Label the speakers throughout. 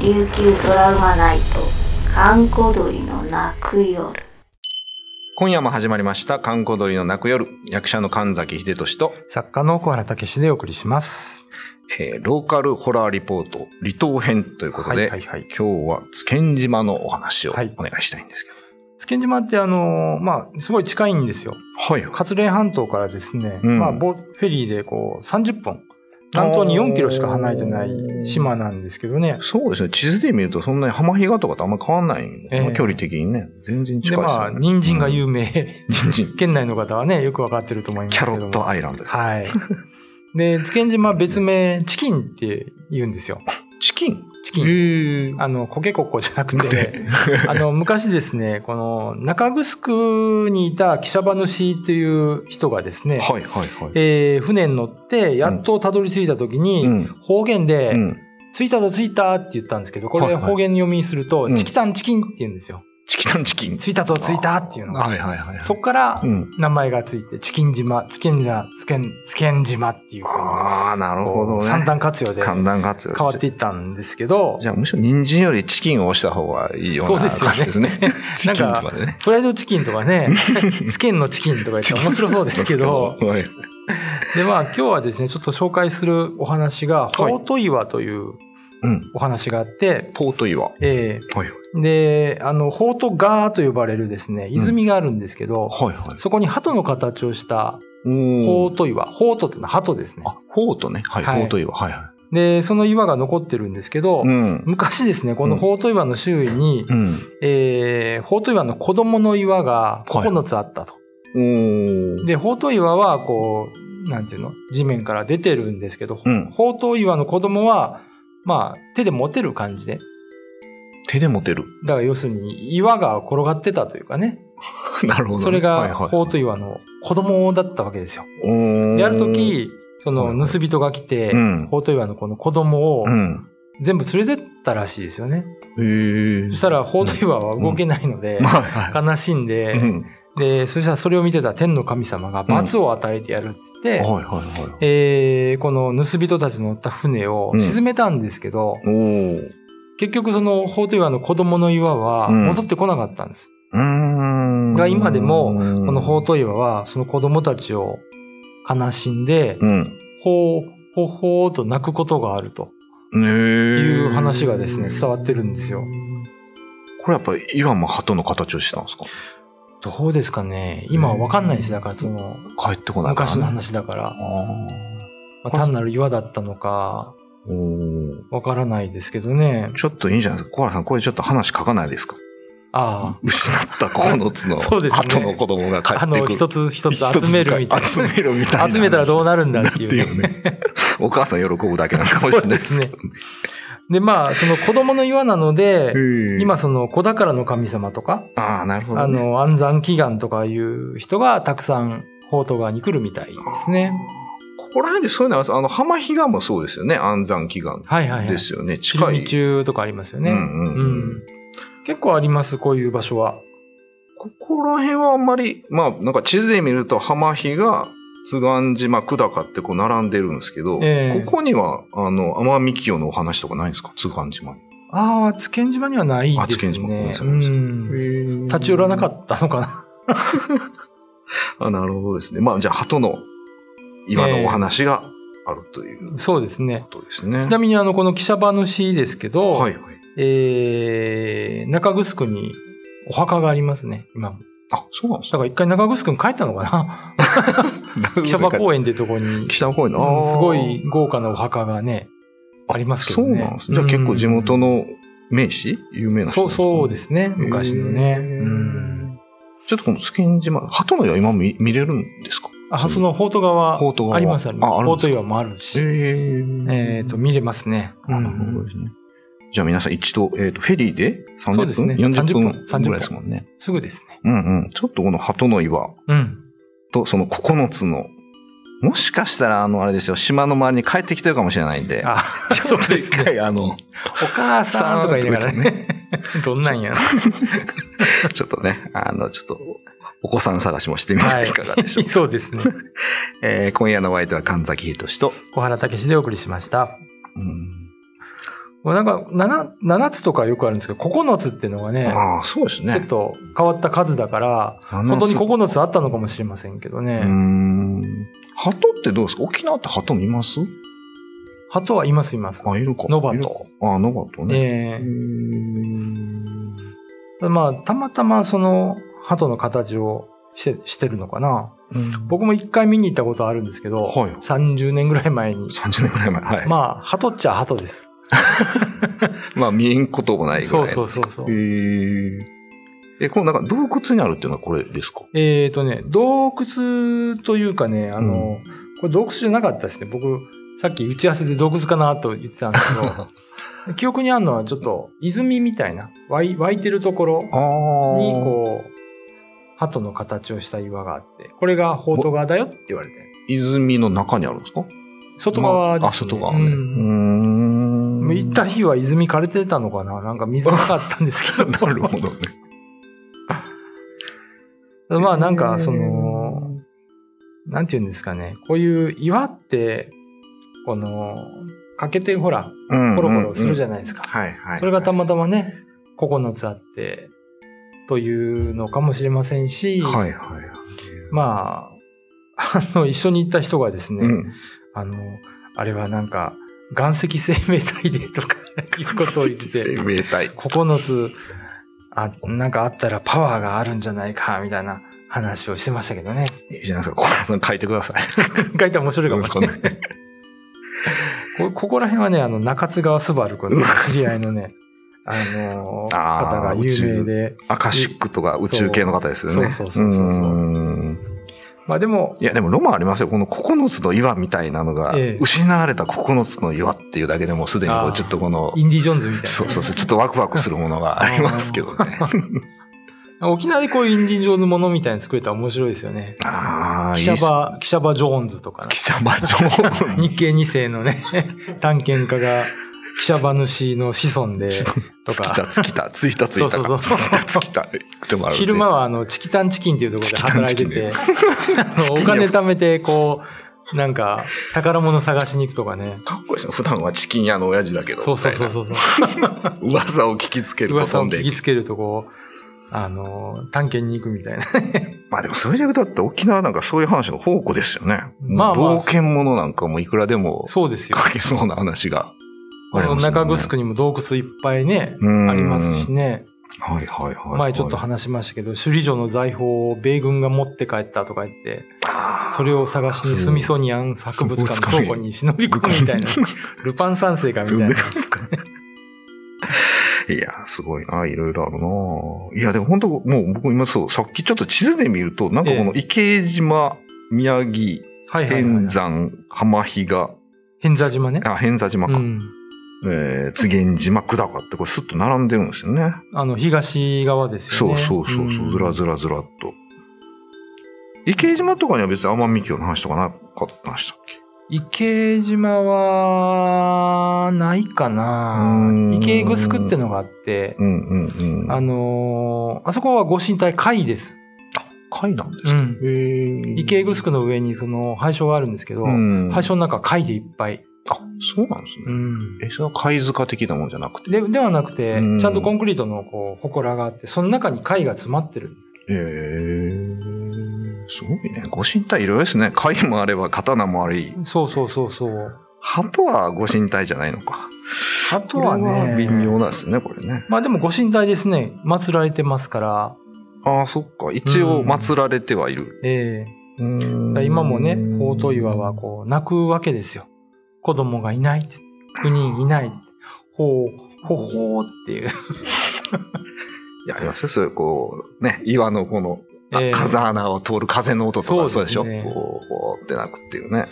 Speaker 1: 琉球ドラマナイト閑古鳥の泣く夜
Speaker 2: 今夜も始まりました、観光鳥の泣く夜。役者の神崎秀俊と、
Speaker 3: 作家の小原武史でお送りします。
Speaker 2: えーローカルホラーリポート、離島編ということ
Speaker 3: は
Speaker 2: で、
Speaker 3: いはいはい。
Speaker 2: 今日は津堅島のお話をお
Speaker 3: はい
Speaker 2: 願いしたいんですけ
Speaker 3: 月島ってあのーまあ、すごい近いんですよ。
Speaker 2: ど。はい。
Speaker 3: 勝連半島からですね、
Speaker 2: うん
Speaker 3: まあ、ボフェリーでこう30分、南東に4キロしか離れてない島なんですけどね。
Speaker 2: そうですね。地図で見るとそんなに浜比嘉とかとあんま変わんない、
Speaker 3: ええ
Speaker 2: 距離的にね。全然近い
Speaker 3: で、
Speaker 2: です、ね。
Speaker 3: まあ、人参が有名。
Speaker 2: 人参。
Speaker 3: 県内の方はね、よくわかってると思いま
Speaker 2: キ
Speaker 3: すけ
Speaker 2: ャ
Speaker 3: ど
Speaker 2: ロッ
Speaker 3: も。
Speaker 2: トアイランドです。
Speaker 3: はい。で、津堅島別名、チキンって言うんですよ。
Speaker 2: チキン
Speaker 3: チキン。
Speaker 2: へえ。
Speaker 3: あの、コケコッコじゃなくて、 あの、昔ですね、この、中城にいた汽車馬主という人がですね、
Speaker 2: はいはいはい。
Speaker 3: えー船に乗って、やっとたどり着いた時に、
Speaker 2: うん。
Speaker 3: 方言で、
Speaker 2: うん。
Speaker 3: 着いたぞ着いたって言ったんですけど、こ
Speaker 2: はい
Speaker 3: れ
Speaker 2: はい
Speaker 3: 方言読みにすると、
Speaker 2: うん
Speaker 3: チキタンチキンって言うんですよ。
Speaker 2: チキタンチキン。
Speaker 3: 着いたぞ着いたっていうのが。
Speaker 2: いはいはい
Speaker 3: そっから
Speaker 2: う、ん。
Speaker 3: 名前がついて、チキン島、チキン島、チキン、チキン島っていうふうに
Speaker 2: ああ、なるほどね。
Speaker 3: 三段活用で変
Speaker 2: 寒暖活用。
Speaker 3: わっていったんですけど、
Speaker 2: じゃあ、むしろ人参よりチキンを押した方がいいような
Speaker 3: そうですよね
Speaker 2: 感じですね。 チキンまでね。
Speaker 3: フライドチキンと かね、チキンのチキンとか言って面白そうですけど、
Speaker 2: はい。
Speaker 3: で、まあ今日はですね、ちょっと紹介するお話が、
Speaker 2: はい
Speaker 3: ポート岩という
Speaker 2: うん。
Speaker 3: お話があって、
Speaker 2: ポート岩。は
Speaker 3: え
Speaker 2: いはい。
Speaker 3: ーで、あの、ポートガーと呼ばれるですね、泉があるんですけど、
Speaker 2: はいはい。
Speaker 3: そこに鳩の形をした、
Speaker 2: お
Speaker 3: ポ
Speaker 2: ー
Speaker 3: ート岩。ポートってのは鳩ですね。
Speaker 2: あ、ポートね。はい。ポ
Speaker 3: はい
Speaker 2: ート岩。はいは
Speaker 3: で、その岩が残ってるんですけど、
Speaker 2: い。ん。
Speaker 3: 昔ですね、このポート岩の周囲に、
Speaker 2: うん。
Speaker 3: えー、ポート岩の子供の岩が
Speaker 2: はい
Speaker 3: 9つあったと。
Speaker 2: おー。
Speaker 3: で、宝刀岩は、こう、なんていうの地面から出てるんですけど、
Speaker 2: うん。
Speaker 3: 宝刀岩の子供は、まあ、手で持てる感じで。
Speaker 2: 手で持 てる。
Speaker 3: だから要するに、岩が転がってたというかね。
Speaker 2: なるほどね。
Speaker 3: それ
Speaker 2: はい
Speaker 3: が、
Speaker 2: はい
Speaker 3: 宝刀岩の子供だったわけですよ。
Speaker 2: おー
Speaker 3: で、ある、時、そ
Speaker 2: は
Speaker 3: の、
Speaker 2: いはい
Speaker 3: 盗人が来て、
Speaker 2: うん。
Speaker 3: 宝刀岩のこの子供を
Speaker 2: うん。
Speaker 3: 全部連れてったらしいですよね。
Speaker 2: へえ
Speaker 3: そしたら、宝刀岩は動けないので、
Speaker 2: はいは
Speaker 3: 悲しん
Speaker 2: い。う
Speaker 3: で、
Speaker 2: ん。
Speaker 3: で、そしたらそれを見てた天の神様が罰を与えてやるっつって、
Speaker 2: はいはいはい。
Speaker 3: えーこの盗人たちの乗った船を
Speaker 2: うん
Speaker 3: 沈めたんですけど、
Speaker 2: おー。
Speaker 3: 結局その法と岩の子供の岩は
Speaker 2: うん
Speaker 3: 戻ってこなかったんです。
Speaker 2: うーん。
Speaker 3: が今でもこの法
Speaker 2: 宝
Speaker 3: と岩はその子供たちを悲しんで
Speaker 2: う、ん。
Speaker 3: ほう、ほうほうと泣くことがあると
Speaker 2: ねえ。
Speaker 3: いう話がですね、伝わってるんですよ。
Speaker 2: これやっぱ岩も鳩の形をしてたんですか
Speaker 3: どうですかね今はわかんないです。だからその
Speaker 2: 帰ってこないから、
Speaker 3: 昔の。話だから、ま
Speaker 2: あ
Speaker 3: あ、単なる岩だったの
Speaker 2: あ。
Speaker 3: か
Speaker 2: おー
Speaker 3: わからないですけどね。
Speaker 2: ちょっといいんじゃないですか小原さん、これちょっと話書かないですか
Speaker 3: あ
Speaker 2: 失った9つの
Speaker 3: そうですね
Speaker 2: 鳩の子供が帰
Speaker 3: あ、あ
Speaker 2: って
Speaker 3: の
Speaker 2: くる。
Speaker 3: 一つ一つ集めるみたいな。
Speaker 2: 一つ集めるみたいな。
Speaker 3: 集めたらどうなるんだって い
Speaker 2: っていうう
Speaker 3: ね。
Speaker 2: ね。お母さん喜ぶだけなのかもしれないですけど
Speaker 3: で、まあ、その子供の岩なので、
Speaker 2: ね。
Speaker 3: 今その子宝の神様とか、
Speaker 2: うん、ああ、なるほ
Speaker 3: あ
Speaker 2: ど、ね。
Speaker 3: の、安産祈願とかいう人がたくさん宝刀側に来るみたいですね。
Speaker 2: ここら辺でそういうのは、あの、浜比嘉もそうですよね。安産祈願
Speaker 3: はいはいはい。
Speaker 2: ですよね。近
Speaker 3: 近
Speaker 2: い。
Speaker 3: い。中とかありますよね。
Speaker 2: うんうんうん
Speaker 3: 結構あります、こういう場所は。
Speaker 2: ここら辺はあんまり、まあ、なんか地図で見ると浜比が津岸島、久高ってこう並んでるんですけど、
Speaker 3: ええ
Speaker 2: ここには、あの、奄美清のお話とかないんですか津岸島に。
Speaker 3: ああ、津堅島にはない
Speaker 2: あ
Speaker 3: で
Speaker 2: 津堅
Speaker 3: す
Speaker 2: 島ごめん
Speaker 3: ね
Speaker 2: な。さ
Speaker 3: う
Speaker 2: いごめんなさい
Speaker 3: ん立ち寄らなか
Speaker 2: た。
Speaker 3: ったのかな。
Speaker 2: あ、なるほどですね。まあ、じゃあ、鳩の岩のお話があるという
Speaker 3: そうですね。
Speaker 2: ことですね。
Speaker 3: ちなみにあの、この汽車馬主ですけど、
Speaker 2: はいはい。
Speaker 3: えー、中城にお墓がありますね、今も。
Speaker 2: あ、そうなんです
Speaker 3: だから一回中城に帰ったのか な
Speaker 2: か。
Speaker 3: 汽車場公
Speaker 2: 園。
Speaker 3: 園ってとこに、うんす
Speaker 2: 北場公園の、あー
Speaker 3: ごい、豪華なお墓がね、ありますけど
Speaker 2: そ
Speaker 3: ね。
Speaker 2: うなんですね。じゃあ、結構地元の名士有名な人
Speaker 3: そう、そうです
Speaker 2: ね。
Speaker 3: すね、昔のね。
Speaker 2: へー
Speaker 3: うん。
Speaker 2: ちょっとこの津堅島、鳩の岩今見見れるんですか
Speaker 3: あ、その、法都川、
Speaker 2: ポート側は
Speaker 3: ありますあります。
Speaker 2: ああるん
Speaker 3: 法
Speaker 2: です
Speaker 3: 都
Speaker 2: か
Speaker 3: 岩もあるし、
Speaker 2: え
Speaker 3: えっと、見れますね。
Speaker 2: なるほどですね。じゃあ皆さん一度、えっ、と、フェリーで30分
Speaker 3: そうですね
Speaker 2: 40
Speaker 3: 30
Speaker 2: 分
Speaker 3: 分30分
Speaker 2: ぐらいですもんね。
Speaker 3: すぐですね。
Speaker 2: うんうん。ちょっとこの鳩の岩
Speaker 3: うん。
Speaker 2: とその9つの、もしかしたらあの、あれですよ、島の周りに帰ってきてるかもしれないんで、
Speaker 3: あ、
Speaker 2: ちょっと一回あの、
Speaker 3: お母さんとか言いながらね。どんなんや。
Speaker 2: ちょっとね、あの、ちょっと、お子さん探しもしてみてはいかがで しょう、
Speaker 3: そうですね。
Speaker 2: えー今夜のお相手は神崎秀俊と、
Speaker 3: 小原武史でお送りしました。
Speaker 2: うん
Speaker 3: なんか7、7つとかよくあるんですけど、9つっていうのがね、
Speaker 2: ああ、そうですね。
Speaker 3: ちょっと変わった数だから、本当に
Speaker 2: こ。
Speaker 3: 9つあったのかもしれませんけど
Speaker 2: う
Speaker 3: ね。
Speaker 2: ーん。鳩ってどうですか沖縄って鳩見ます
Speaker 3: 鳩はいますいます。
Speaker 2: あ、いるか。
Speaker 3: ノバ
Speaker 2: いるか
Speaker 3: ト。
Speaker 2: ああ、ノバトね。
Speaker 3: え
Speaker 2: うーん
Speaker 3: えまあ、たまたまその鳩の形をしてしてるのかな。僕も一回見に行ったことあるんですけど、
Speaker 2: はい
Speaker 3: 30年ぐらい前に。
Speaker 2: 30年ぐらい前。はい。ま
Speaker 3: まあ、鳩っちゃ鳩です。
Speaker 2: あ、見えんこともないぐらい。
Speaker 3: そうそうそうそう
Speaker 2: へ。ーえ、このなんか洞窟にあるっていうのはこれですか
Speaker 3: えっ、とね、洞窟というかね、あの、これ洞窟じゃなかったですね。僕、さっき打ち合わせで洞窟かなと言ってたんです けど、記憶にあるのはちょっと泉みたいな、湧い湧いてるところ
Speaker 2: ああ。
Speaker 3: に、こう、鳩の形をした岩があって、これが宝刀側だよって言われて。
Speaker 2: 泉の中にあるんですか
Speaker 3: 外側ですね。
Speaker 2: まああ、外側ね。う
Speaker 3: う
Speaker 2: ー
Speaker 3: ん
Speaker 2: ん。
Speaker 3: もう行った日は泉枯れてたのかななんか水なかったんですけど。
Speaker 2: なるほどね。
Speaker 3: まあなんか、その、なんて言うんですかね。こういう岩って、この、欠けてほら、
Speaker 2: うん、
Speaker 3: コロコロするじ
Speaker 2: ゃ
Speaker 3: ゃないですか。
Speaker 2: はいはい。
Speaker 3: それがた
Speaker 2: ま
Speaker 3: またまね、9つあって、というのかもしれませんし、
Speaker 2: はいはい。
Speaker 3: まあ、あの、一緒に行った人がですね、
Speaker 2: うん。
Speaker 3: あの、あれはなんか、岩石生命体でとかいうことを言ってて、
Speaker 2: 生命体。
Speaker 3: 9つ、あ、なんかあったらパワーがあるんじゃないか、みたいな話をしてましたけど ね。
Speaker 2: いいじゃないですか。コラさん書いてください。
Speaker 3: 書いたら面白いかもしれない。こここら辺はね、あの、中津川すばる君の知り合いの ね、あのー
Speaker 2: あー
Speaker 3: 方が有名で、
Speaker 2: アカシックとか宇宙系の方ですよね。
Speaker 3: そうそうそうそうそう
Speaker 2: うん
Speaker 3: まあでも、
Speaker 2: いや、でもロマンありますよ。この9つの岩みたいなのが、
Speaker 3: ええ
Speaker 2: 失われた9つの岩っていうだけでもうすでにこ
Speaker 3: あ
Speaker 2: う
Speaker 3: ー
Speaker 2: ちょっとこの、
Speaker 3: インディ・ジョーンズみたいな。
Speaker 2: そうそうそう、ちょっとワクワクするものがありますけどね。
Speaker 3: 沖縄でこういうインディ・ジョーンズものみたいに作れたら面白いですよね。
Speaker 2: ああ、
Speaker 3: キ
Speaker 2: いい
Speaker 3: シ
Speaker 2: っ
Speaker 3: ャ
Speaker 2: す。
Speaker 3: バ、キシャバ・ジョーンズとかな
Speaker 2: 記。者場 上
Speaker 3: 日系2世 のね、探検家が、記者馬主の子孫で、と
Speaker 2: つきた
Speaker 3: か、
Speaker 2: つきた、ついたついた
Speaker 3: そうそ
Speaker 2: か。
Speaker 3: う
Speaker 2: つ
Speaker 3: そう
Speaker 2: きたつきた。でもあるんで
Speaker 3: 昼間はあの、チキタンチキンっていうところで働いてて、あの
Speaker 2: チ
Speaker 3: お
Speaker 2: キン
Speaker 3: 金貯めて、こう、なんか、宝物探しに行くとかね。
Speaker 2: かっこいいですね。普段はチキン屋の親父だけど。
Speaker 3: そうそうそうそう。
Speaker 2: みたいな噂を聞きつけると
Speaker 3: 噂
Speaker 2: 飛
Speaker 3: を
Speaker 2: んで
Speaker 3: 聞
Speaker 2: い
Speaker 3: き
Speaker 2: く。
Speaker 3: つけるとこう、あの、探検に行くみたいな。
Speaker 2: まあでもそれで歌って沖縄なんかそういう話の宝庫ですよね。
Speaker 3: まあまあ
Speaker 2: 冒険者なんかもいくらでも
Speaker 3: そうですよ。
Speaker 2: 書けそうな話が
Speaker 3: こ
Speaker 2: あり
Speaker 3: の
Speaker 2: ますもんね。
Speaker 3: 中城にも洞窟いっぱいね、
Speaker 2: うん
Speaker 3: ありますしね。
Speaker 2: はいはいはいはい。
Speaker 3: 前ちょっと話しましたけど、首里城の財宝を米軍が持って帰ったとか言って、
Speaker 2: あー
Speaker 3: それを探しにスミソニアン博物館の倉庫に忍び込むみたいな。ルパン三世かみたいな話とかね。
Speaker 2: いや、すごいな、いろいろあるな。いや、でも本当、もう僕今そう、さっきちょっと地図で見ると、なんかこの池島、宮城、
Speaker 3: はいはいはい
Speaker 2: 変。山、浜比嘉、
Speaker 3: 変座島ね。
Speaker 2: あ、変座島
Speaker 3: う
Speaker 2: か、
Speaker 3: ん。
Speaker 2: えー、津源島、久高ってこれスッと並んでるんですよね。
Speaker 3: あの、東側ですよ
Speaker 2: そう
Speaker 3: ね。
Speaker 2: そうそうそう、
Speaker 3: ん
Speaker 2: ずらずらずらっと。池島とかには別に奄美京の話とかなかったんでしたっけ
Speaker 3: 池島は、ないか
Speaker 2: う
Speaker 3: なん池グスクってのがあって、
Speaker 2: うんうんうん。
Speaker 3: あ
Speaker 2: あ、
Speaker 3: のーあそこはご神体貝です。
Speaker 2: 貝なんです
Speaker 3: う
Speaker 2: ね。
Speaker 3: ん。
Speaker 2: へえ
Speaker 3: 池グスクの上にその廃所があるんですけど、
Speaker 2: うん。
Speaker 3: 廃所の中貝でいっぱい。
Speaker 2: あ、そうなんですね。
Speaker 3: うん。
Speaker 2: え、それは貝塚的なもんじゃなくて。
Speaker 3: で、ではなくて、
Speaker 2: うん
Speaker 3: ちゃんとコンクリートのこう、祠があって、その中に貝が詰まってるんです。
Speaker 2: えー、すごいね。ご神体いろいろですね。貝もあれば刀もあり。
Speaker 3: そうそうそうそう。
Speaker 2: 鳩はご神体じゃないのか。
Speaker 3: あとは
Speaker 2: これ
Speaker 3: ね、
Speaker 2: 微妙なんですね、これね。
Speaker 3: まあでもご神体ですね、祀られてますから、
Speaker 2: ああ、そっか。一応
Speaker 3: うん
Speaker 2: 祀られてはいる。
Speaker 3: ええだから今もね、宝刀岩はこう、泣くわけですよ。子供がいないっつって、9人いない。ほう、ほほーっていう。
Speaker 2: いや、ありますよ。そういう、こう、ね、岩のこの、あ
Speaker 3: ええ
Speaker 2: 風穴を通る風の音とか
Speaker 3: そ
Speaker 2: そううです
Speaker 3: で
Speaker 2: し
Speaker 3: ね
Speaker 2: ょ。こう、こうってなくっていうね。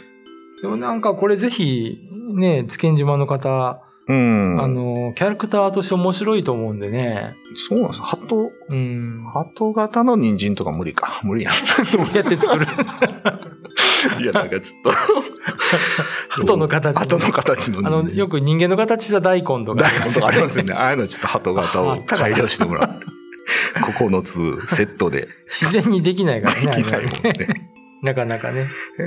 Speaker 3: でもなんかこれぜひ、ね、津堅島の方、
Speaker 2: うん。
Speaker 3: あ、の、キャラクターとして面白いと思うんでね。
Speaker 2: そうなんです。鳩、
Speaker 3: うん。
Speaker 2: 鳩型の人参とか無理か。無理 やん。
Speaker 3: どうやって作る
Speaker 2: いや、なんかちょっと。
Speaker 3: 鳩の形。
Speaker 2: 鳩の形の
Speaker 3: あの、よ
Speaker 2: く。
Speaker 3: く人間の形した大根とか。
Speaker 2: 大根とかありますよね。ああいうのちょっと鳩型を改良してもらって。9つセットで
Speaker 3: 自然にできないからね。
Speaker 2: できない
Speaker 3: あれは
Speaker 2: もんね。
Speaker 3: なかなかね。
Speaker 2: え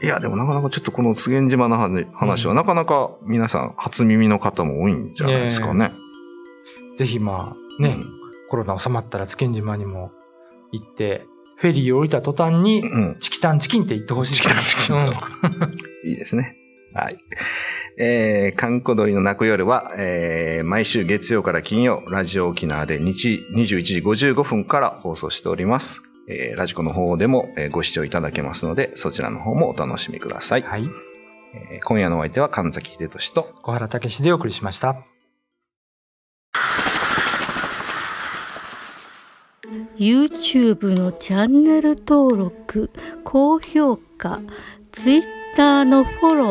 Speaker 2: ー、いや、でもなかなかちょっとこの津源島の話話は、
Speaker 3: うん
Speaker 2: なかなか皆さん初耳の方も多いんじゃないですかね。
Speaker 3: ぜひまあ、ね、コロナ収まったら津堅島にも行って、フェリーを降りた途端に
Speaker 2: う、ん。うん。
Speaker 3: チキタンチキンって言ってほしい。
Speaker 2: チキタンチキン
Speaker 3: うん
Speaker 2: いいですね。はい。えー、かんこ鳥の泣く夜は、えー、毎週月曜から金曜、ラジオ沖縄で日、21時55分から放送しております。えー、ラジコの方でもえーご視聴いただけますので、そちらの方もお楽しみください。
Speaker 3: はい。
Speaker 2: えー今夜のお相手は神崎秀俊と、
Speaker 3: 小原武史でお送りしました。
Speaker 4: YouTube のチャンネル登録高評価 Twitter のフォロ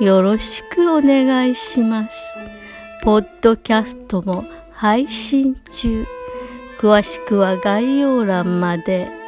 Speaker 4: ーよろしくお願いしますポッドキャストも配信中詳しくは概要欄まで。